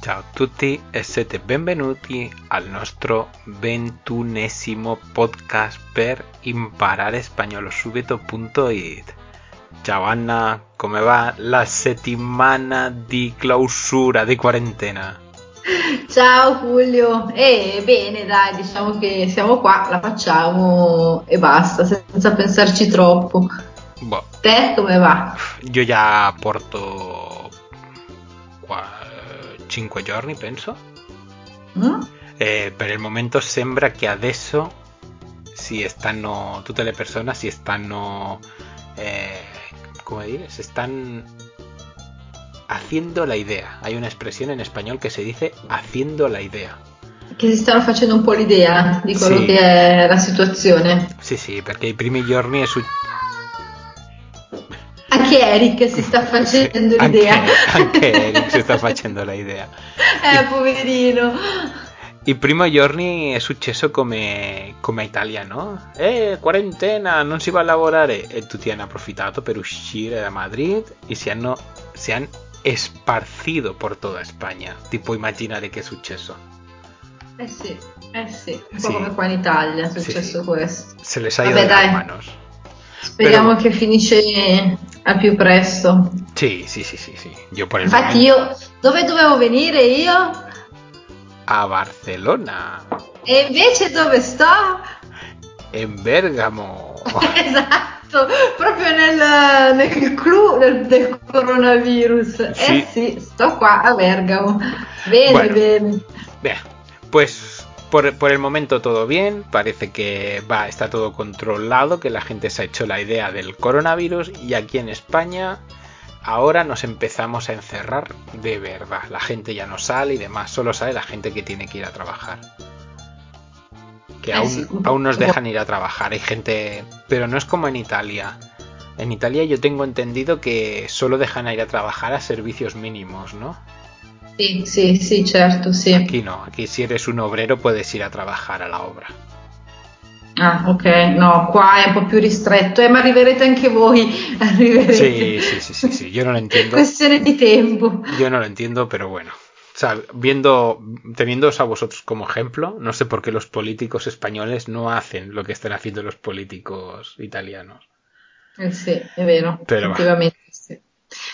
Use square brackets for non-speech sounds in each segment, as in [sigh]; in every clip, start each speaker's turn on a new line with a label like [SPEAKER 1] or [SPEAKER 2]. [SPEAKER 1] Ciao a tutti e siete benvenuti al nostro ventunesimo podcast per imparare spagnolo subito.it. Ciao Anna, come va la settimana di clausura, di quarantena?
[SPEAKER 2] Ciao Giulio, eh, bene dai, diciamo che siamo qua, la facciamo e basta, senza pensarci troppo.
[SPEAKER 1] Boh,
[SPEAKER 2] Te come va?
[SPEAKER 1] io già porto 5 giorni, penso.
[SPEAKER 2] Mm?
[SPEAKER 1] Eh, per il momento sembra che adesso si stanno, tutte le persone si stanno, eh, come dire, se están haciendo la idea. Hay una expresión en español que se dice haciendo la idea.
[SPEAKER 2] Che si stanno facendo un po' l'idea di quello
[SPEAKER 1] Sì.
[SPEAKER 2] che è la situazione.
[SPEAKER 1] Sì, sì, perché i primi giorni è su...
[SPEAKER 2] Anche Eric si sta facendo l'idea.
[SPEAKER 1] Anche, anche Eric si sta facendo la idea.
[SPEAKER 2] [laughs] eh, poverino.
[SPEAKER 1] I primi giorni è successo come, come a Italia, no? Eh, quarantena, non si va a lavorare. E tutti hanno approfittato per uscire da Madrid e si hanno si han esparcido por toda España. Ti puoi immaginare che è successo.
[SPEAKER 2] Eh sì, eh sì, un po'
[SPEAKER 1] Sì.
[SPEAKER 2] come qua in Italia è
[SPEAKER 1] Sì,
[SPEAKER 2] successo
[SPEAKER 1] sì.
[SPEAKER 2] questo.
[SPEAKER 1] Se les ha ido
[SPEAKER 2] Vabbè,
[SPEAKER 1] de las
[SPEAKER 2] dai.
[SPEAKER 1] manos.
[SPEAKER 2] Speriamo
[SPEAKER 1] Però-
[SPEAKER 2] che finisce al più presto.
[SPEAKER 1] Sì, sì, sì, sì, sì. Io por el
[SPEAKER 2] Infatti
[SPEAKER 1] momento-
[SPEAKER 2] io, dove dovevo venire io?
[SPEAKER 1] A Barcelona,
[SPEAKER 2] E invece dove sto?
[SPEAKER 1] en Bergamo.
[SPEAKER 2] [laughs] Esatto, proprio nel, nel clou del, del coronavirus.
[SPEAKER 1] Sì.
[SPEAKER 2] Eh sì, sto qua a Bergamo. Bene,
[SPEAKER 1] Bueno.
[SPEAKER 2] bene.
[SPEAKER 1] Vea, pues por, por el momento todo bien, parece que va, está todo controlado, que la gente se ha hecho la idea del coronavirus y aquí en España ahora nos empezamos a encerrar de verdad. La gente ya no sale y demás, solo sale la gente que tiene que ir a trabajar. Que
[SPEAKER 2] Eh,
[SPEAKER 1] aún,
[SPEAKER 2] sí.
[SPEAKER 1] aún nos dejan ir a trabajar, hay gente, pero no es como en Italia. En Italia yo tengo entendido que solo dejan ir a trabajar a servicios mínimos, ¿no?
[SPEAKER 2] Sì, sì, sì, certo, sì.
[SPEAKER 1] Aquí no, aquí si eres un obrero puedes ir a trabajar a la obra.
[SPEAKER 2] Ah, ok, no, qua è un po' più ristretto. Eh, ma arriverete anche voi, [laughs] arriverete.
[SPEAKER 1] Sí, sí, sí, sí, sí, yo no lo entiendo.
[SPEAKER 2] Questione di tempo.
[SPEAKER 1] Yo no lo entiendo, pero bueno. O sea, viendo, teniéndoos a vosotros como ejemplo, no sé por qué los políticos españoles no hacen lo que están haciendo los políticos italianos.
[SPEAKER 2] Eh sì, è vero,
[SPEAKER 1] Te la va.
[SPEAKER 2] effettivamente sì.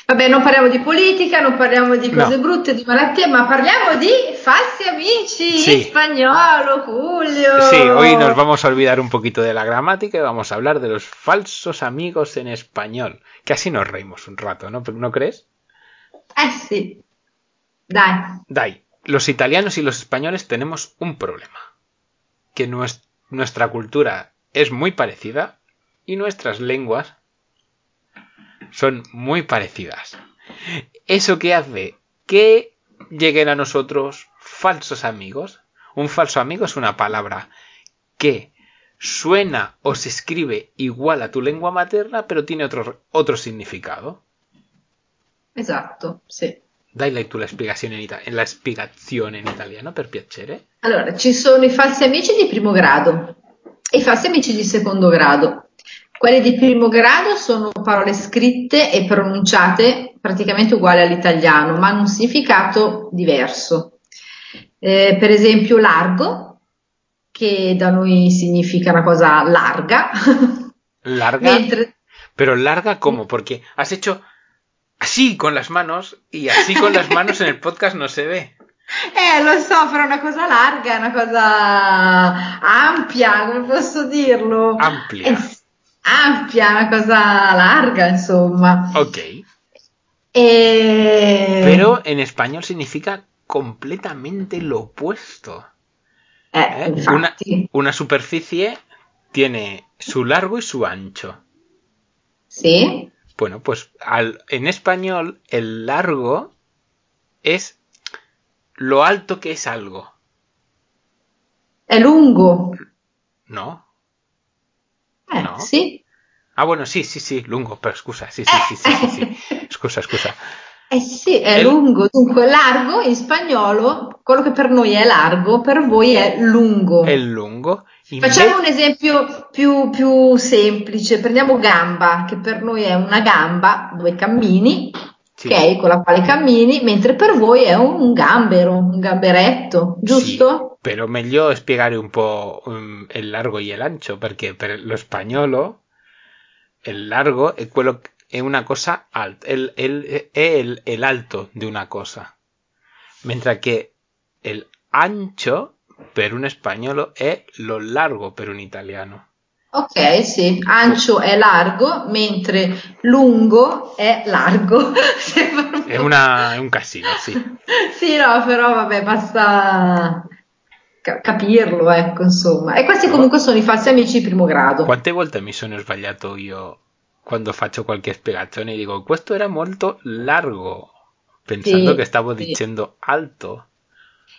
[SPEAKER 2] Vabbè, non parliamo di politica, non parliamo di cose
[SPEAKER 1] No.
[SPEAKER 2] brutte, di malattie, ma parliamo di falsi amici
[SPEAKER 1] Sì.
[SPEAKER 2] in spagnolo, Julio.
[SPEAKER 1] Sí, hoy nos vamos a olvidar un poquito de la gramática y vamos a hablar de los falsos amigos en español. Que así nos reímos un rato, ¿no? ¿No crees?
[SPEAKER 2] Eh sì, dai,
[SPEAKER 1] Dai, los italianos y los españoles tenemos un problema. Que nues- nuestra cultura es muy parecida y nuestras lenguas son muy parecidas. Eso que hace que lleguen a nosotros falsos amigos. Un falso amigo es una palabra que suena o se escribe igual a tu lengua materna, pero tiene otro, otro significado.
[SPEAKER 2] esatto, sì.
[SPEAKER 1] Dai tu la spiegazione in, ita- la spiegazione in italiano per piacere.
[SPEAKER 2] Allora, ci sono i falsi amici di primo grado e i falsi amici di secondo grado. Quelli di primo grado sono parole scritte e pronunciate praticamente uguali all'italiano, ma hanno un significato diverso. Eh, per esempio, largo, che da noi significa una cosa larga, [laughs]
[SPEAKER 1] Larga,
[SPEAKER 2] mentre
[SPEAKER 1] pero larga como, porque has hecho así con las manos y así con las manos en el podcast no se ve.
[SPEAKER 2] Eh, lo so, però è una cosa larga, è una cosa ampia, come posso dirlo?
[SPEAKER 1] Amplia.
[SPEAKER 2] Eh, ampia, una cosa larga, insomma.
[SPEAKER 1] Ok.
[SPEAKER 2] E...
[SPEAKER 1] Pero en español significa completamente lo opuesto.
[SPEAKER 2] Eh,
[SPEAKER 1] ¿eh? Una,
[SPEAKER 2] infatti,
[SPEAKER 1] una superficie tiene su largo y su ancho.
[SPEAKER 2] sì,
[SPEAKER 1] Bueno, pues al- en español el largo es lo alto que es algo,
[SPEAKER 2] è lungo.
[SPEAKER 1] ¿no?
[SPEAKER 2] Eh,
[SPEAKER 1] No.
[SPEAKER 2] sì.
[SPEAKER 1] Ah, bueno, sí, sí, sí, lungo, pero excusa, sí, sí, sí, sí, sí, sí. Excusa, excusa.
[SPEAKER 2] Eh sì, è
[SPEAKER 1] È-
[SPEAKER 2] lungo. Dunque, largo in spagnolo, quello che per noi è largo, per voi è lungo.
[SPEAKER 1] El lungo. y
[SPEAKER 2] Facciamo
[SPEAKER 1] me-
[SPEAKER 2] un esempio più, più semplice, prendiamo gamba, che per noi è una gamba, due cammini,
[SPEAKER 1] Sì.
[SPEAKER 2] ok, con la quale cammini, mentre per voi è un gambero, un gamberetto,
[SPEAKER 1] Sì,
[SPEAKER 2] giusto?
[SPEAKER 1] però meglio spiegare un po' um, il largo y el ancho, perché per lo spagnolo il largo è quello è una cosa alta, el- el- è il el alto di una cosa, mentre che il ancho per un spagnolo è lo largo per un italiano.
[SPEAKER 2] Ok, sì, ancio è largo, mentre lungo è largo. [laughs] Sembra
[SPEAKER 1] È, una- è un casino, sì.
[SPEAKER 2] [laughs] sì, no, però vabbè, basta ca- capirlo, ecco, insomma. E questi comunque sono i falsi amici di primo grado.
[SPEAKER 1] Quante volte mi sono sbagliato io quando faccio qualche spiegazione e dico questo era molto largo, pensando
[SPEAKER 2] Sì,
[SPEAKER 1] che stavo
[SPEAKER 2] sì.
[SPEAKER 1] dicendo alto.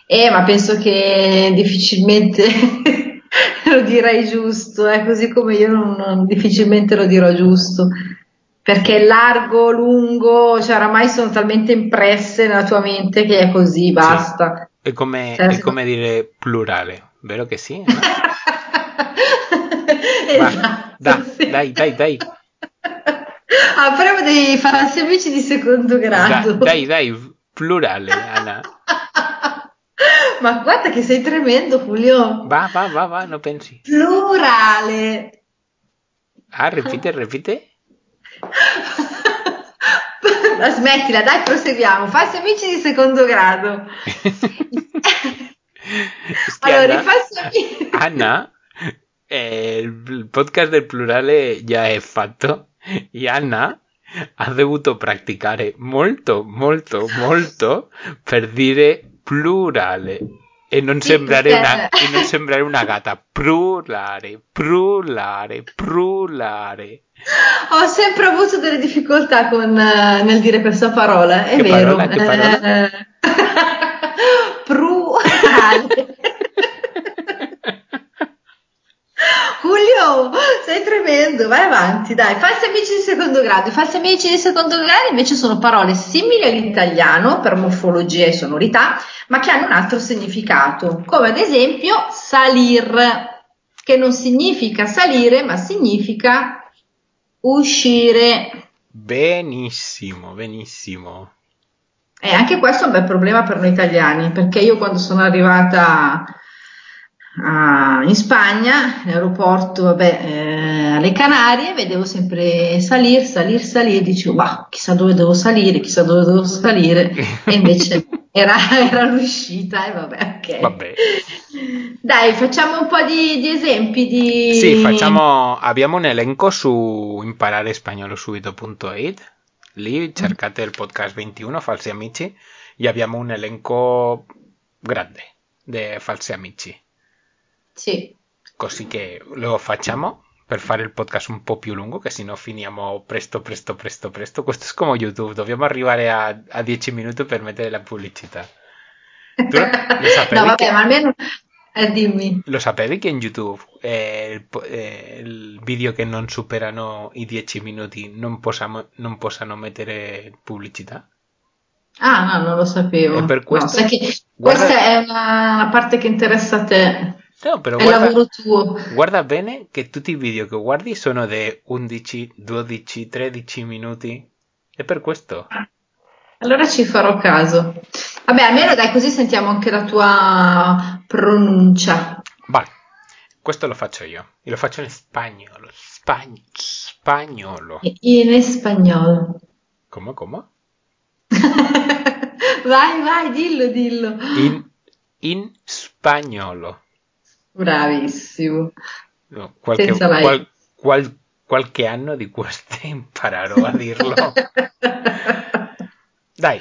[SPEAKER 2] Eh, ma penso che difficilmente [laughs] lo direi giusto, eh, così come io non, non- difficilmente lo dirò giusto, perché largo, lungo, cioè oramai sono talmente impresse nella tua mente che è così, basta.
[SPEAKER 1] È come,
[SPEAKER 2] Cioè,
[SPEAKER 1] è
[SPEAKER 2] se-
[SPEAKER 1] come dire plurale, ¿eh? vero che sì? no?
[SPEAKER 2] [laughs] Esatto,
[SPEAKER 1] da,
[SPEAKER 2] sì. Ah,
[SPEAKER 1] dai, dai, dai.
[SPEAKER 2] Avremo dei falsi amici di secondo
[SPEAKER 1] Da-
[SPEAKER 2] grado.
[SPEAKER 1] dai, dai, plurale, Ana.
[SPEAKER 2] [laughs] Ma guarda che sei tremendo, Fulio.
[SPEAKER 1] Va, va, va, va, no pensi.
[SPEAKER 2] Plurale.
[SPEAKER 1] Ah, ripete, ripete.
[SPEAKER 2] Ma Smettila, dai, proseguiamo. Falsi amici di secondo grado.
[SPEAKER 1] [laughs] Hostia,
[SPEAKER 2] Allora,
[SPEAKER 1] Ana,
[SPEAKER 2] i falsi amici-
[SPEAKER 1] [laughs] Ana, eh, il podcast del plurale già è fatto e Anna ha dovuto practicare eh, molto, molto, molto eh, per dire plurale e non
[SPEAKER 2] Sì,
[SPEAKER 1] sembrare
[SPEAKER 2] perché-
[SPEAKER 1] una, e non sembrare una gata. Plurale, plurale, plurale.
[SPEAKER 2] Ho sempre avuto delle difficoltà con, eh, nel dire questa parola, è
[SPEAKER 1] Che
[SPEAKER 2] vero.
[SPEAKER 1] parola, che parola?
[SPEAKER 2] Eh, [laughs] plurale. Julio, sei tremendo, vai avanti, dai. Falsi amici di secondo grado. I falsi amici di secondo grado invece sono parole simili all'italiano per morfologia e sonorità, ma che hanno un altro significato, come ad esempio salir, che non significa salire, ma significa uscire.
[SPEAKER 1] Benissimo, benissimo.
[SPEAKER 2] E anche questo è un bel problema per noi italiani, perché io quando sono arrivata a- in Spagna, in aeroporto, vabbè, eh, alle Canarie, vedevo sempre salir, salir, salire, dicevo, ma chissà dove devo salire, chissà dove devo salire,
[SPEAKER 1] [laughs]
[SPEAKER 2] e invece era, era l'uscita, e vabbè, ok.
[SPEAKER 1] Vabbè.
[SPEAKER 2] Dai, facciamo un po' di, di esempi di...
[SPEAKER 1] Sì, facciamo, abbiamo un elenco su impararespagnolo.it, lì cercate il podcast 21 Falsi Amici e abbiamo un elenco grande di Falsi Amici,
[SPEAKER 2] Sì.
[SPEAKER 1] così che lo facciamo per fare il podcast un po' più lungo, che se no finiamo presto, presto, presto, presto. Questo è come YouTube, dobbiamo arrivare a, a 10 minuti per mettere la pubblicità.
[SPEAKER 2] [laughs]
[SPEAKER 1] Tu lo sapevi
[SPEAKER 2] no, vabbè,
[SPEAKER 1] che-
[SPEAKER 2] ma almeno... eh, dimmi.
[SPEAKER 1] Lo sapevi che in YouTube eh, il, po- eh, il video che non superano i 10 minuti non, possiamo- non possano mettere pubblicità?
[SPEAKER 2] Ah, no, non lo sapevo.
[SPEAKER 1] E per
[SPEAKER 2] No,
[SPEAKER 1] questo-
[SPEAKER 2] sai che
[SPEAKER 1] guarda-
[SPEAKER 2] questa è una, una parte che interessa a te,
[SPEAKER 1] No, però
[SPEAKER 2] è il
[SPEAKER 1] guarda,
[SPEAKER 2] lavoro tuo.
[SPEAKER 1] guarda bene che tutti i video che guardi sono di 11, 12, 13 minuti. È per questo.
[SPEAKER 2] Allora ci farò caso. Vabbè, almeno dai, così sentiamo anche la tua pronuncia.
[SPEAKER 1] Vale, questo lo faccio io. E lo faccio in spagnolo. Spagn- spagnolo.
[SPEAKER 2] In spagnolo. [laughs]
[SPEAKER 1] ¿Cómo, cómo?
[SPEAKER 2] Vai, vai, dillo, dillo.
[SPEAKER 1] In, in spagnolo.
[SPEAKER 2] Bravissimo.
[SPEAKER 1] No, qualche,
[SPEAKER 2] Senza la I.
[SPEAKER 1] qual- qual- qualche anno di [laughs] queste imparerò a dirlo. Dai,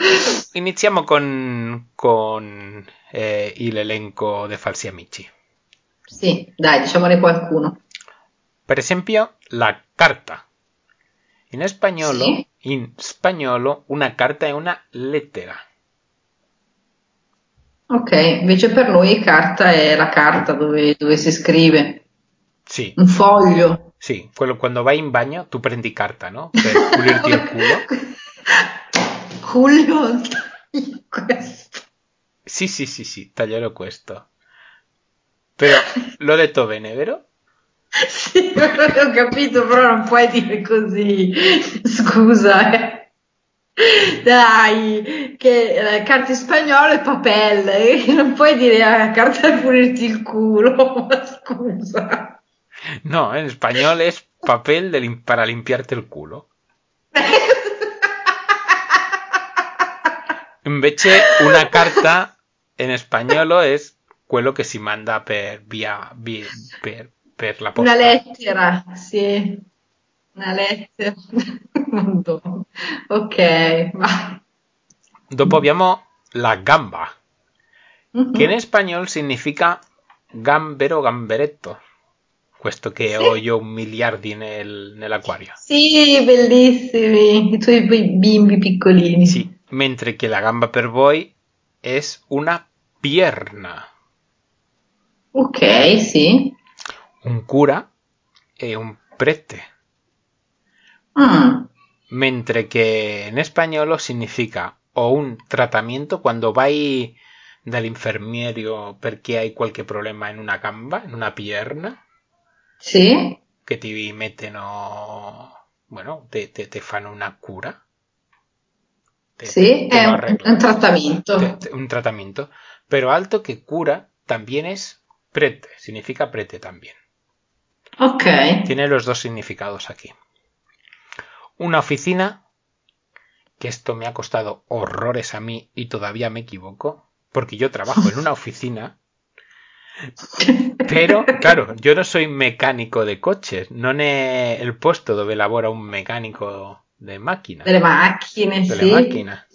[SPEAKER 1] iniziamo con, con eh, il elenco dei falsi amici.
[SPEAKER 2] [laughs] Sì, dai, diciamone qualcuno.
[SPEAKER 1] Per esempio, la carta. In spagnolo,
[SPEAKER 2] Sì.
[SPEAKER 1] in spagnolo una carta è una lettera.
[SPEAKER 2] Ok, invece per noi carta è la carta dove, dove si scrive,
[SPEAKER 1] Sì,
[SPEAKER 2] un foglio.
[SPEAKER 1] sì, quello quando vai in bagno tu prendi carta, no?
[SPEAKER 2] [laughs]
[SPEAKER 1] Per Cioè, pulirti il culo.
[SPEAKER 2] Julio, tagli questo.
[SPEAKER 1] Sì, sì, sì, sì, taglierò questo. Però l'ho detto bene, vero?
[SPEAKER 2] Sì, ho capito, però non puoi dire così. Scusa, eh. Dai, che la carta in spagnolo è papelle, [laughs] non puoi dire "Ah, la carta per pulirti il culo, [laughs] ma scusa.
[SPEAKER 1] No, en español es papel de lim- para limpiarte el culo. Invece una carta en spagnolo es quello che si manda per via, via- per, per la posta.
[SPEAKER 2] Una lettera, sì, una lettera. [laughs] Madonna. ok, vai.
[SPEAKER 1] Dopo abbiamo la gamba,
[SPEAKER 2] Mhm.
[SPEAKER 1] que en español significa gambero gamberetto. Questo che
[SPEAKER 2] Sì.
[SPEAKER 1] ho io un miliardi nel- nell'acquario.
[SPEAKER 2] Sì, bellissimi, i tuoi bei bimbi piccolini.
[SPEAKER 1] Sí, mentre que la gamba per voi es una pierna.
[SPEAKER 2] Ok, sì.
[SPEAKER 1] Un cura e un prete.
[SPEAKER 2] Mm.
[SPEAKER 1] Mentre que en español significa o un tratamiento cuando vai dall'infermiero perché hai qualche problema in una gamba, in una pierna,
[SPEAKER 2] Sì,
[SPEAKER 1] che ti mettono, bueno, te, te, te fanno una cura. Te-
[SPEAKER 2] sì,
[SPEAKER 1] te
[SPEAKER 2] è
[SPEAKER 1] lo
[SPEAKER 2] un,
[SPEAKER 1] arreglano.
[SPEAKER 2] è un trattamento.
[SPEAKER 1] te- te- un tratamiento. Pero alto que cura también es prete, significa prete también.
[SPEAKER 2] Ok.
[SPEAKER 1] Tiene los dos significados aquí. Una oficina, que esto me ha costado horrores a mí y todavía me equivoco, porque yo trabajo en una oficina, pero claro, yo no soy mecánico de coches, non è el puesto dove lavora un mecánico de máquinas.
[SPEAKER 2] Delle macchine,
[SPEAKER 1] delle
[SPEAKER 2] sì.
[SPEAKER 1] macchine.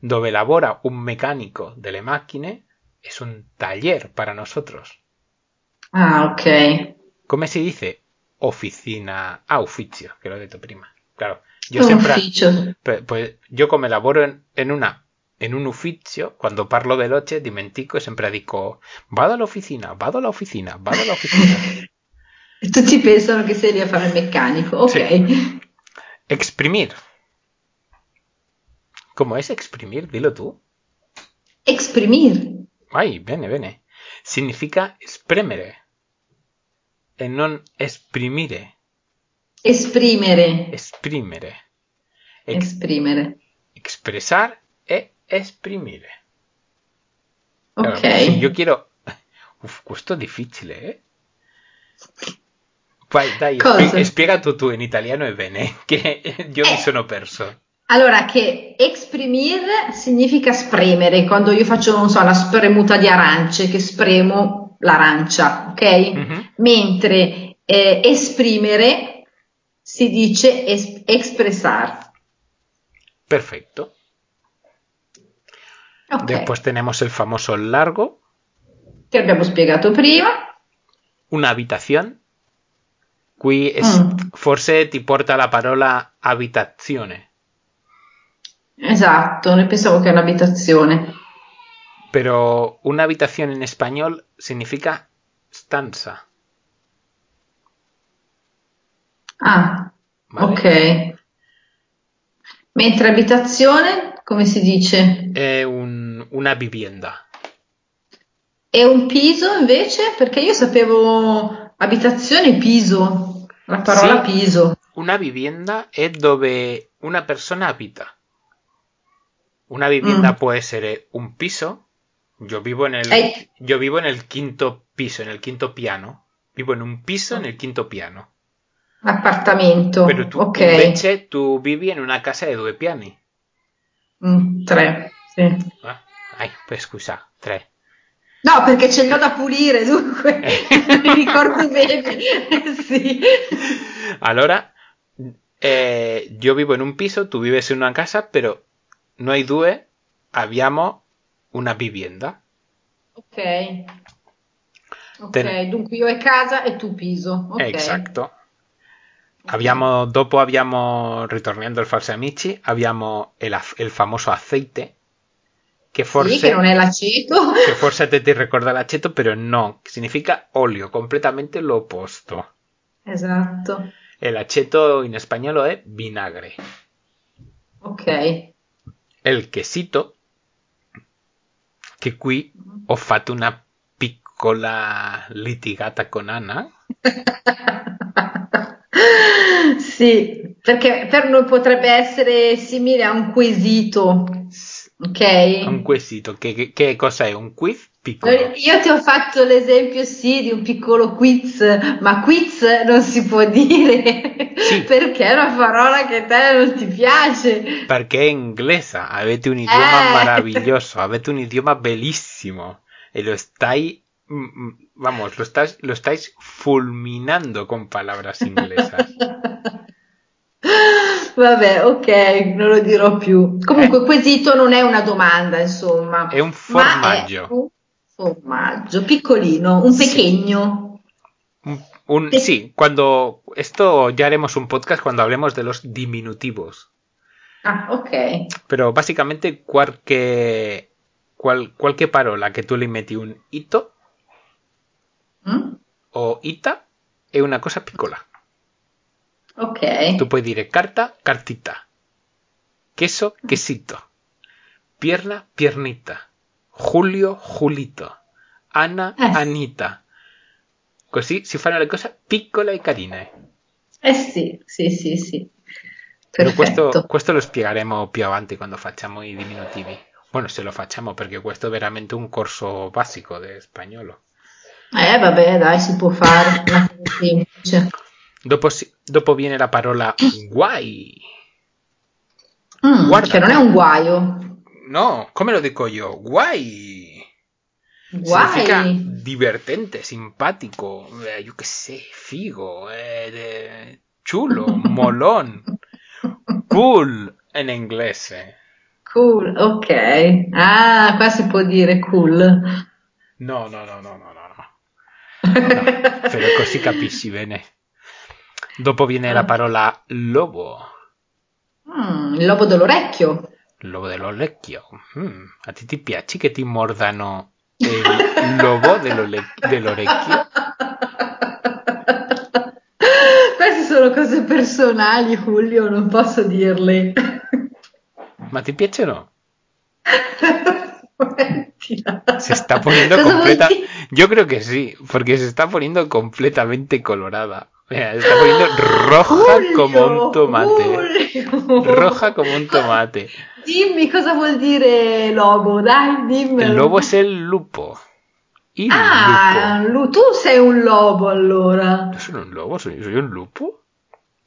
[SPEAKER 1] Dove lavora un mecánico delle macchine es un taller para nosotros.
[SPEAKER 2] Ah, ok.
[SPEAKER 1] ¿Cómo se dice? Oficina. Ah, oficio, que lo he dicho prima. Claro. Yo
[SPEAKER 2] Un
[SPEAKER 1] siempre.
[SPEAKER 2] ufficio.
[SPEAKER 1] pe- Pues yo como elaboro en, en una. En un ufficio, cuando parlo de noche, dimentico, siempre digo, vado all'officina, vado all'officina, vado all'officina.
[SPEAKER 2] E Tutti pensano che sei lì a fare il meccanico. Ok.
[SPEAKER 1] Sì. exprimir. ¿Cómo es exprimir? Dilo tú.
[SPEAKER 2] Exprimir.
[SPEAKER 1] Ay, bene, bene. Significa spremere. E non esprimire.
[SPEAKER 2] Esprimere.
[SPEAKER 1] Esprimere. Ex-
[SPEAKER 2] Esprimere.
[SPEAKER 1] expresar e esprimire. Claro,
[SPEAKER 2] Ok.
[SPEAKER 1] si yo quiero... [laughs] Uf, esto es difícil, ¿eh? Vai, dai,
[SPEAKER 2] Cosa? Eh.
[SPEAKER 1] spie- spiegato tu in italiano e bene, [laughs] che io mi sono perso.
[SPEAKER 2] Allora, che exprimir significa spremere, quando io faccio, non so, la spremuta di arance, che spremo l'arancia, ok?
[SPEAKER 1] Mhm.
[SPEAKER 2] Mentre eh, esprimere si dice es- expresar.
[SPEAKER 1] Perfecto.
[SPEAKER 2] Ok,
[SPEAKER 1] Después tenemos el famoso largo,
[SPEAKER 2] che abbiamo spiegato prima.
[SPEAKER 1] una habitación. Qui es,
[SPEAKER 2] Mm.
[SPEAKER 1] forse ti porta la parola abitazione,
[SPEAKER 2] Esatto, ne pensavo che è un'abitazione.
[SPEAKER 1] pero una habitación en español significa stanza.
[SPEAKER 2] Ah,
[SPEAKER 1] ¿vale?
[SPEAKER 2] ok. Mentre abitazione, come si dice?
[SPEAKER 1] Eh, un- una vivienda.
[SPEAKER 2] E un piso invece? Perché io sapevo abitazione piso, la parola
[SPEAKER 1] Sì.
[SPEAKER 2] piso.
[SPEAKER 1] Una vivienda es donde una persona habita. Una vivienda
[SPEAKER 2] Mm.
[SPEAKER 1] puede ser eh, un piso. Yo vivo en el,
[SPEAKER 2] Ey.
[SPEAKER 1] yo vivo en el quinto piso, en el quinto piano. Vivo en un piso en el quinto piano.
[SPEAKER 2] Appartamento.
[SPEAKER 1] Pero tú,
[SPEAKER 2] Oh, Ok.
[SPEAKER 1] invece, tú vivi en una casa de dos piani.
[SPEAKER 2] Mm, tre. sì.
[SPEAKER 1] Ah, Ay, pues scusa, tres.
[SPEAKER 2] No, perché ce l'ho da pulire,
[SPEAKER 1] [laughs]
[SPEAKER 2] dunque mi ricordo bene. Sì.
[SPEAKER 1] Ahora, eh, yo vivo en un piso, tú vives en una casa, pero no hay due, habíamos una vivienda.
[SPEAKER 2] Ok. Ok,
[SPEAKER 1] Ten-
[SPEAKER 2] dunque io è casa e tu piso. Ok.
[SPEAKER 1] Exacto. Abbiamo, dopo abbiamo, ritornando al falso amici, abbiamo el, af- el famoso aceite, que forse,
[SPEAKER 2] Sì, che non è l'aceto.
[SPEAKER 1] que forse a te ti ricorda l'aceto, pero no, significa óleo, completamente lo opuesto.
[SPEAKER 2] Esatto.
[SPEAKER 1] El aceto en español es vinagre.
[SPEAKER 2] Ok.
[SPEAKER 1] el quesito, che qui ho fatto una piccola litigata con Anna,
[SPEAKER 2] Sì. Perché per noi potrebbe essere simile a un quesito, ok?
[SPEAKER 1] Un quesito, che, che- che cosa è? Un quiz piccolo?
[SPEAKER 2] Io ti ho fatto l'esempio, sì, di un piccolo quiz, ma quiz non si può dire
[SPEAKER 1] Sì.
[SPEAKER 2] perché è una parola che a te non ti piace.
[SPEAKER 1] Perché è inglese, avete un idioma
[SPEAKER 2] Eh.
[SPEAKER 1] maravilloso, avete un idioma bellísimo e lo stai, mm, mm, vamos, lo stai, lo estáis fulminando con palabras inglesas.
[SPEAKER 2] Vabbè, ok, non lo dirò più. Comunque, quesito non è una domanda, insomma,
[SPEAKER 1] È un
[SPEAKER 2] ma è
[SPEAKER 1] formaggio,
[SPEAKER 2] un formaggio piccolino, un
[SPEAKER 1] Sì.
[SPEAKER 2] pequeño.
[SPEAKER 1] un, un- sí, cuando esto ya haremos un podcast cuando hablemos de los diminutivos.
[SPEAKER 2] Ah, ok.
[SPEAKER 1] Pero básicamente cualquier cual, cualquier parola che tu le metti un ito
[SPEAKER 2] Mm?
[SPEAKER 1] o ita è una cosa piccola.
[SPEAKER 2] Ok.
[SPEAKER 1] Tú puedes decir carta, cartita. Queso, quesito. Pierna, piernita. Julio, julito. Ana,
[SPEAKER 2] Eh.
[SPEAKER 1] anita. Così si fanno le cose piccole e carine.
[SPEAKER 2] Eh sì, sì, sì, sì.
[SPEAKER 1] Però
[SPEAKER 2] Perfetto.
[SPEAKER 1] questo, questo lo spiegheremo più avanti quando facciamo i diminutivi. Bueno, se lo facciamo perché questo è veramente un corso basico di spagnolo.
[SPEAKER 2] Eh, vabbè, dai, si può fare
[SPEAKER 1] [laughs]
[SPEAKER 2] cioè, una cosa semplice.
[SPEAKER 1] Dopo, si- dopo viene la parola guai.
[SPEAKER 2] Mm,
[SPEAKER 1] Guarda.
[SPEAKER 2] che non è un guaio.
[SPEAKER 1] No, come lo dico io? Guai. Significa
[SPEAKER 2] Guai.
[SPEAKER 1] divertente, simpático, eh, yo qué sé, figo, eh, de-
[SPEAKER 2] [laughs]
[SPEAKER 1] chulo, molón, cool en inglés. eh.
[SPEAKER 2] Cool, ok. Ah, qua si può dire cool.
[SPEAKER 1] No, no, no, no, no, no. no. Pero così capisci bene. Dopo viene la parola lobo,
[SPEAKER 2] Mm, il lobo dell'orecchio.
[SPEAKER 1] lobo dell'orecchio. Mm, a ti ti piace che ti mordano
[SPEAKER 2] [laughs]
[SPEAKER 1] il lobo dell'ole- dell'orecchio?
[SPEAKER 2] Queste sono cose personali, Julio, non posso dirle.
[SPEAKER 1] Ma ti piace o no? Se
[SPEAKER 2] Se
[SPEAKER 1] está
[SPEAKER 2] [laughs]
[SPEAKER 1] poniendo completa. Yo creo que sí, porque se está poniendo completamente colorada. Mira, se está poniendo roja
[SPEAKER 2] Julio,
[SPEAKER 1] como un tomate.
[SPEAKER 2] Julio.
[SPEAKER 1] Roja como un tomate.
[SPEAKER 2] Dimmi cosa vuol dire lobo, dai, dimmi.
[SPEAKER 1] El lobo es el lupo. Y
[SPEAKER 2] Ah, lu- tu sei un lobo allora.
[SPEAKER 1] lupo. ¿No soy un lobo? ¿Soy, soy un lupo?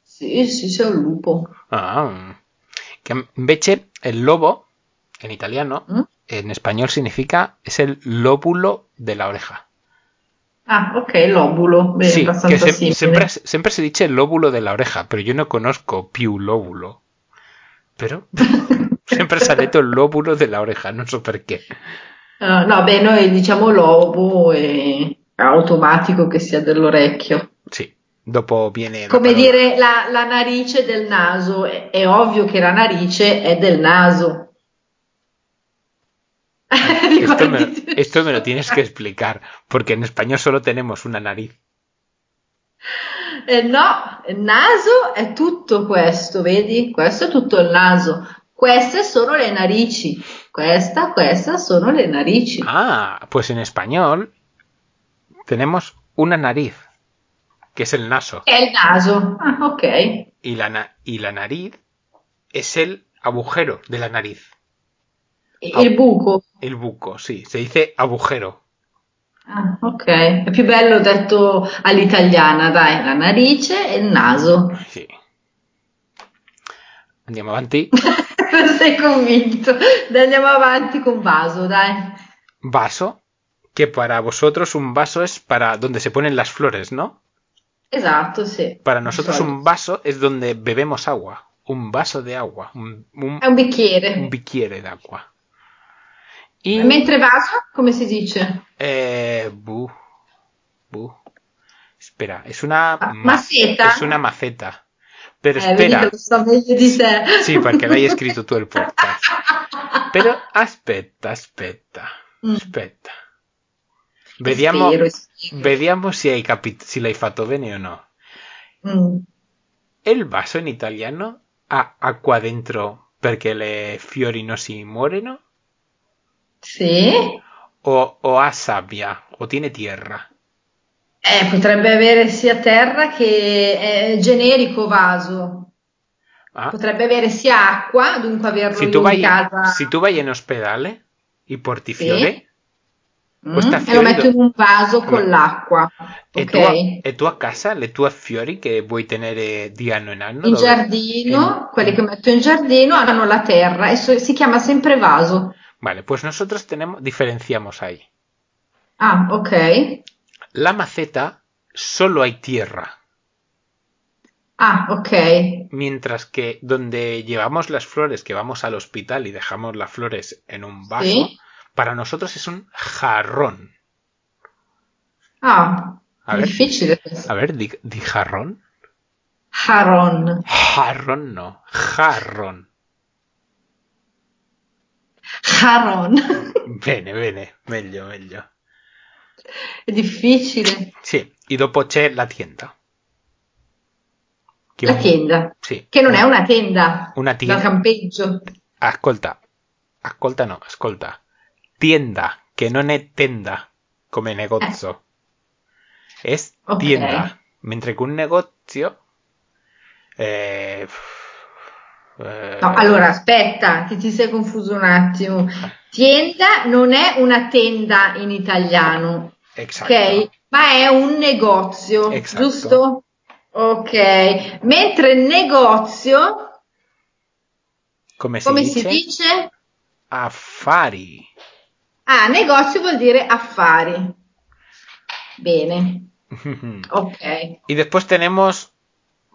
[SPEAKER 2] Sì, sì, sei un lupo.
[SPEAKER 1] Ah. Que invece, el lobo, en italiano,
[SPEAKER 2] Mm?
[SPEAKER 1] en español significa es el lóbulo de la oreja.
[SPEAKER 2] Ah, ok, lobulo, beh,
[SPEAKER 1] sí, que
[SPEAKER 2] abbastanza
[SPEAKER 1] se-
[SPEAKER 2] simile.
[SPEAKER 1] siempre, siempre se dice el lóbulo de la oreja, pero yo no conozco più lóbulo. Pero siempre se ha detto el lóbulo de la oreja, no sé por qué.
[SPEAKER 2] Eh, no, beh, noi diciamo lobo e è automatico che sia dell'orecchio.
[SPEAKER 1] Sí, dopo viene la
[SPEAKER 2] Come
[SPEAKER 1] parola-
[SPEAKER 2] dire la, la narice del naso, è, è ovvio che la narice è del naso. [laughs]
[SPEAKER 1] Esto me,
[SPEAKER 2] Guardi-
[SPEAKER 1] esto me lo tienes que explicar, porque en español solo tenemos una nariz.
[SPEAKER 2] Eh, no, il naso è tutto questo, vedi? Questo è tutto il naso. Queste sono le narici. Questa, questa sono le narici.
[SPEAKER 1] Ah, pues en español tenemos una nariz, que es el naso.
[SPEAKER 2] È il naso. Ah, ok.
[SPEAKER 1] Y la, na- y la nariz es el agujero de la nariz.
[SPEAKER 2] E-
[SPEAKER 1] Ah.
[SPEAKER 2] Il buco.
[SPEAKER 1] El buco, sí, se dice agujero.
[SPEAKER 2] Ah, ok. È più bello detto all'italiana, dai, la narice e il naso. [laughs]
[SPEAKER 1] Sì. Andiamo avanti.
[SPEAKER 2] Non sei convinto? Dai, Andiamo avanti con vaso, dai.
[SPEAKER 1] Vaso, que para vosotros un vaso es para donde se ponen las flores, ¿no?
[SPEAKER 2] Esatto, sì.
[SPEAKER 1] Para nosotros
[SPEAKER 2] Solito.
[SPEAKER 1] un vaso es donde bebemos agua, un vaso de agua, un, un,
[SPEAKER 2] È un bicchiere.
[SPEAKER 1] un bicchiere de agua. Y...
[SPEAKER 2] Mentre vaso, come si dice?
[SPEAKER 1] Eh, bu, bu. Espera, es una...
[SPEAKER 2] Ah,
[SPEAKER 1] ma-
[SPEAKER 2] maceta.
[SPEAKER 1] Es una maceta. Pero
[SPEAKER 2] eh, vedi
[SPEAKER 1] espera.
[SPEAKER 2] che lo so meglio di te.
[SPEAKER 1] Sí, porque
[SPEAKER 2] [laughs]
[SPEAKER 1] lo hay escrito tú el podcast. Pero aspetta, aspetta,
[SPEAKER 2] Mm.
[SPEAKER 1] aspetta. Vediamo,
[SPEAKER 2] Spero, spero.
[SPEAKER 1] vediamo se, hai capito, se l'hai fatto bene o no.
[SPEAKER 2] Mm.
[SPEAKER 1] El vaso in italiano ha acqua dentro perché le fiori non si muoiono
[SPEAKER 2] Sì.
[SPEAKER 1] o, o ha sabbia o tiene tierra.
[SPEAKER 2] Eh, potrebbe avere sia terra che è generico eh, vaso.
[SPEAKER 1] Ah.
[SPEAKER 2] Potrebbe avere sia acqua, dunque averlo
[SPEAKER 1] Si
[SPEAKER 2] in
[SPEAKER 1] tu, vai,
[SPEAKER 2] casa.
[SPEAKER 1] si tu vai in ospedale e porti
[SPEAKER 2] Sì.
[SPEAKER 1] fiori
[SPEAKER 2] Mm,
[SPEAKER 1] questa
[SPEAKER 2] e lo
[SPEAKER 1] fiori
[SPEAKER 2] metto
[SPEAKER 1] do-
[SPEAKER 2] in un vaso con
[SPEAKER 1] Allora.
[SPEAKER 2] l'acqua.
[SPEAKER 1] e,
[SPEAKER 2] ok?
[SPEAKER 1] tu a, e tu a casa le tue fiori che vuoi tenere di anno in anno
[SPEAKER 2] In
[SPEAKER 1] dove-
[SPEAKER 2] giardino,
[SPEAKER 1] en-
[SPEAKER 2] quelli che metto in giardino hanno la terra e so- si chiama sempre vaso.
[SPEAKER 1] Vale, pues nosotros tenemos, diferenciamos ahí.
[SPEAKER 2] Ah, ok.
[SPEAKER 1] La maceta solo hay tierra,
[SPEAKER 2] Ah, ok.
[SPEAKER 1] mientras que donde llevamos las flores, que vamos al hospital y dejamos las flores en un vaso,
[SPEAKER 2] Sì.
[SPEAKER 1] para nosotros es un jarrón.
[SPEAKER 2] Ah,
[SPEAKER 1] A ver,
[SPEAKER 2] difficile questo.
[SPEAKER 1] a ver, di, di jarrón.
[SPEAKER 2] Haron.
[SPEAKER 1] Jarrón no, jarrón.
[SPEAKER 2] Haron. [laughs]
[SPEAKER 1] Bene, bene, meglio, meglio.
[SPEAKER 2] È difficile.
[SPEAKER 1] Sì, e dopo c'è la tienda. Che
[SPEAKER 2] La
[SPEAKER 1] un-
[SPEAKER 2] tenda,
[SPEAKER 1] Sì.
[SPEAKER 2] che non è una tenda,
[SPEAKER 1] Una
[SPEAKER 2] da
[SPEAKER 1] tienda.
[SPEAKER 2] campeggio.
[SPEAKER 1] Ascolta, ascolta no, ascolta. Tienda, che non è tenda come negozio. È
[SPEAKER 2] Ah. Ok.
[SPEAKER 1] tienda, mentre che un negozio... eh, eh,
[SPEAKER 2] No, allora aspetta, che ti sei confuso un attimo. Tienda non è una tenda in italiano,
[SPEAKER 1] Esatto.
[SPEAKER 2] ok? Ma è un negozio,
[SPEAKER 1] Esatto.
[SPEAKER 2] giusto? Ok, mentre negozio,
[SPEAKER 1] Come si
[SPEAKER 2] come
[SPEAKER 1] dice?
[SPEAKER 2] si dice?
[SPEAKER 1] Affari. [laughs]
[SPEAKER 2] Ah, negozio vuol dire affari. Bene, ok.
[SPEAKER 1] Y después tenemos,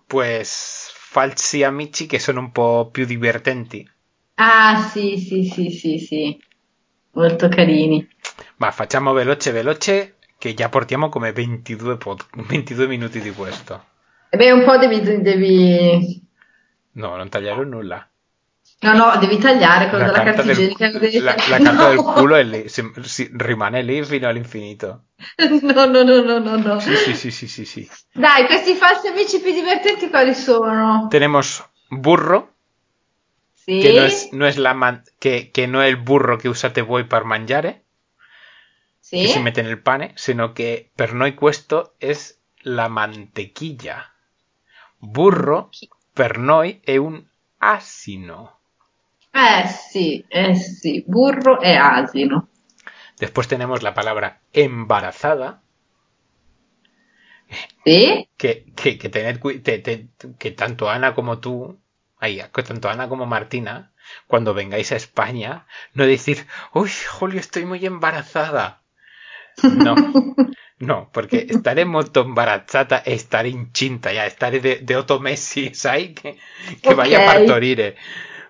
[SPEAKER 1] pues, falsi amici che sono un po' più divertenti.
[SPEAKER 2] Ah, sì, sì, sì, sì, sì. Molto carini.
[SPEAKER 1] Va, facciamo veloce, veloce, che già portiamo come 22, pod- [laughs] 22 minuti di questo.
[SPEAKER 2] E beh, un po' devi, devi-
[SPEAKER 1] No, non tagliare nulla.
[SPEAKER 2] No, no, devi tagliare quello della carta
[SPEAKER 1] del,
[SPEAKER 2] igienica. lo devi
[SPEAKER 1] la- la
[SPEAKER 2] tagliare.
[SPEAKER 1] carta
[SPEAKER 2] No.
[SPEAKER 1] del culo è lì, si- si- rimane lì fino all'infinito.
[SPEAKER 2] No, [laughs] no, no, no, no, no.
[SPEAKER 1] Sì, sì, sì, sì, sì, sì.
[SPEAKER 2] Dai, questi falsi amici più divertenti quali sono?
[SPEAKER 1] Tenemos burro,
[SPEAKER 2] Sì?
[SPEAKER 1] que no es, no es la man- que, que no es el burro que usate voi per mangiare,
[SPEAKER 2] Sì?
[SPEAKER 1] que se mete en el pane, sino que per noi questo es la mantequilla. Burro per noi è un asino.
[SPEAKER 2] Eh sì, eh sì, burro e asino.
[SPEAKER 1] Después tenemos la palabra embarazada,
[SPEAKER 2] Sì?
[SPEAKER 1] que, que, que tened cui- te- te- que tanto Ana como tú, ay, que tanto Ana como Martina, cuando vengáis a España, no decir, uy, Julio, estoy muy embarazada. No, no, porque estaré muy embarazada, estaré inchinta ya, estaré de, de otro Messi, ¿sabes? Que, que vaya a ¿eh?
[SPEAKER 2] Ok.
[SPEAKER 1] partorire.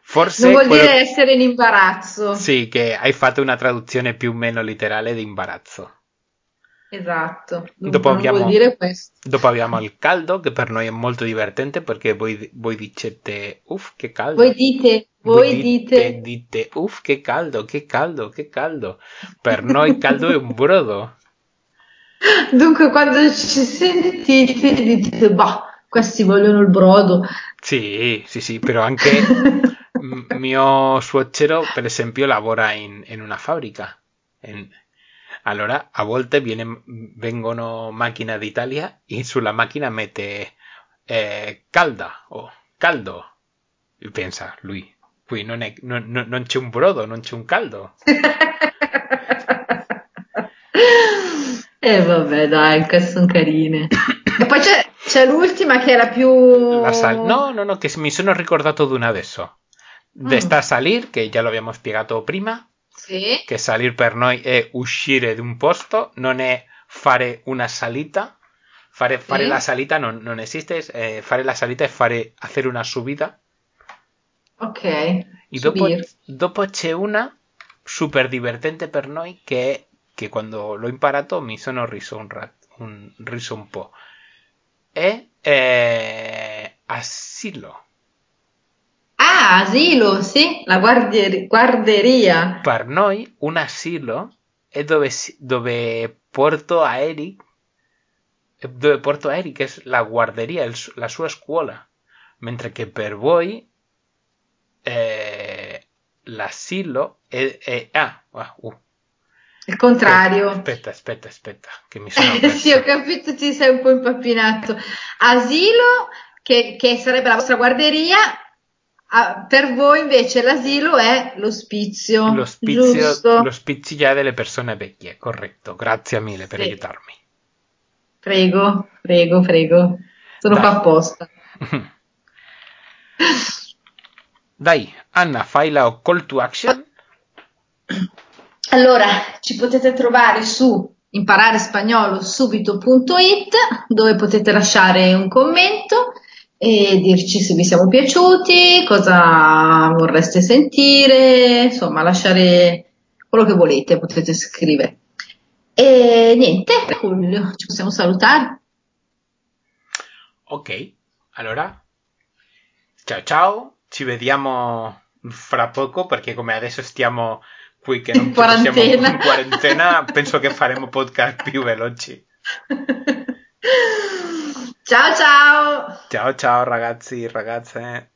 [SPEAKER 1] Forse
[SPEAKER 2] Non vuol
[SPEAKER 1] quello-
[SPEAKER 2] dire essere in imbarazzo.
[SPEAKER 1] Sì, che hai fatto una traduzione più o meno letterale di imbarazzo.
[SPEAKER 2] Esatto. Dunque,
[SPEAKER 1] Dopo
[SPEAKER 2] non
[SPEAKER 1] abbiamo-
[SPEAKER 2] vuol dire questo.
[SPEAKER 1] Dopo abbiamo il caldo, che per noi è molto divertente perché voi, voi dicete uff che caldo.
[SPEAKER 2] Voi dite, voi dite...
[SPEAKER 1] dite uff che caldo, che caldo, che caldo. Per noi caldo è un brodo.
[SPEAKER 2] Dunque, quando ci sentite, dite, bah, questi vogliono il brodo. [laughs]
[SPEAKER 1] Sì, sì, sì, però anche m- mio suocero, per esempio, lavora in, in una fabbrica. In- Allora, a volte viene- vengono macchine d'Italia e sulla macchina mette eh, calda o caldo. E pensa lui, qui non, è- non- non- non c'è un brodo, non c'è un caldo.
[SPEAKER 2] E Eh, vabbè, dai, queste sono carine. E poi c'è, c'è l'ultima che è la più...
[SPEAKER 1] La sal- No, no, no, che mi sono ricordato di una adesso.
[SPEAKER 2] Mm.
[SPEAKER 1] Sta salir, che già lo abbiamo spiegato prima,
[SPEAKER 2] Sì?
[SPEAKER 1] che salir per noi è uscire di un posto, non è fare una salita. Fare, fare
[SPEAKER 2] Sì.
[SPEAKER 1] la salita non, non esiste, es- eh, fare la salita è fare, hacer una subida.
[SPEAKER 2] Ok.
[SPEAKER 1] E dopo,
[SPEAKER 2] Subir.
[SPEAKER 1] dopo c'è una super divertente per noi che è che quando l'ho imparato mi sono riso un, rat- un, riso un po'. È eh, asilo.
[SPEAKER 2] Ah, asilo, sì, la guardier- guarderia.
[SPEAKER 1] Per noi un asilo è dove, si- dove porto a Eric, eh, dove porto a Eric es la guarderia, el su- la sua scuola, mentre che per voi eh, l'asilo è, è- Ah, ah, uh,
[SPEAKER 2] Il contrario.
[SPEAKER 1] aspetta, aspetta, aspetta, che mi sono perso.
[SPEAKER 2] [laughs] sì, ho capito, ti sei un po' impappinato. Asilo, che, che sarebbe la vostra guarderia, Ah, per voi invece l'asilo è l'ospizio,
[SPEAKER 1] L'ospizio,
[SPEAKER 2] giusto?
[SPEAKER 1] l'ospizio già delle persone vecchie, corretto. Grazie mille per
[SPEAKER 2] Sì.
[SPEAKER 1] aiutarmi.
[SPEAKER 2] Prego, prego, prego. Sono
[SPEAKER 1] Dai.
[SPEAKER 2] qua apposta.
[SPEAKER 1] [laughs] Dai, Anna, fai la call to action.
[SPEAKER 2] Allora, ci potete trovare su imparare spagnolo subito.it dove potete lasciare un commento e dirci se vi siamo piaciuti, cosa vorreste sentire, insomma, lasciare quello che volete, potete scrivere. E niente, Giulio, ci possiamo salutare.
[SPEAKER 1] Ok, allora ciao ciao, ci vediamo fra poco perché come adesso stiamo qui che non
[SPEAKER 2] In
[SPEAKER 1] ci possiamo-
[SPEAKER 2] quarantena.
[SPEAKER 1] in quarantena, penso che faremo podcast più veloci.
[SPEAKER 2] ciao ciao.
[SPEAKER 1] Ciao ciao ragazzi, ragazze.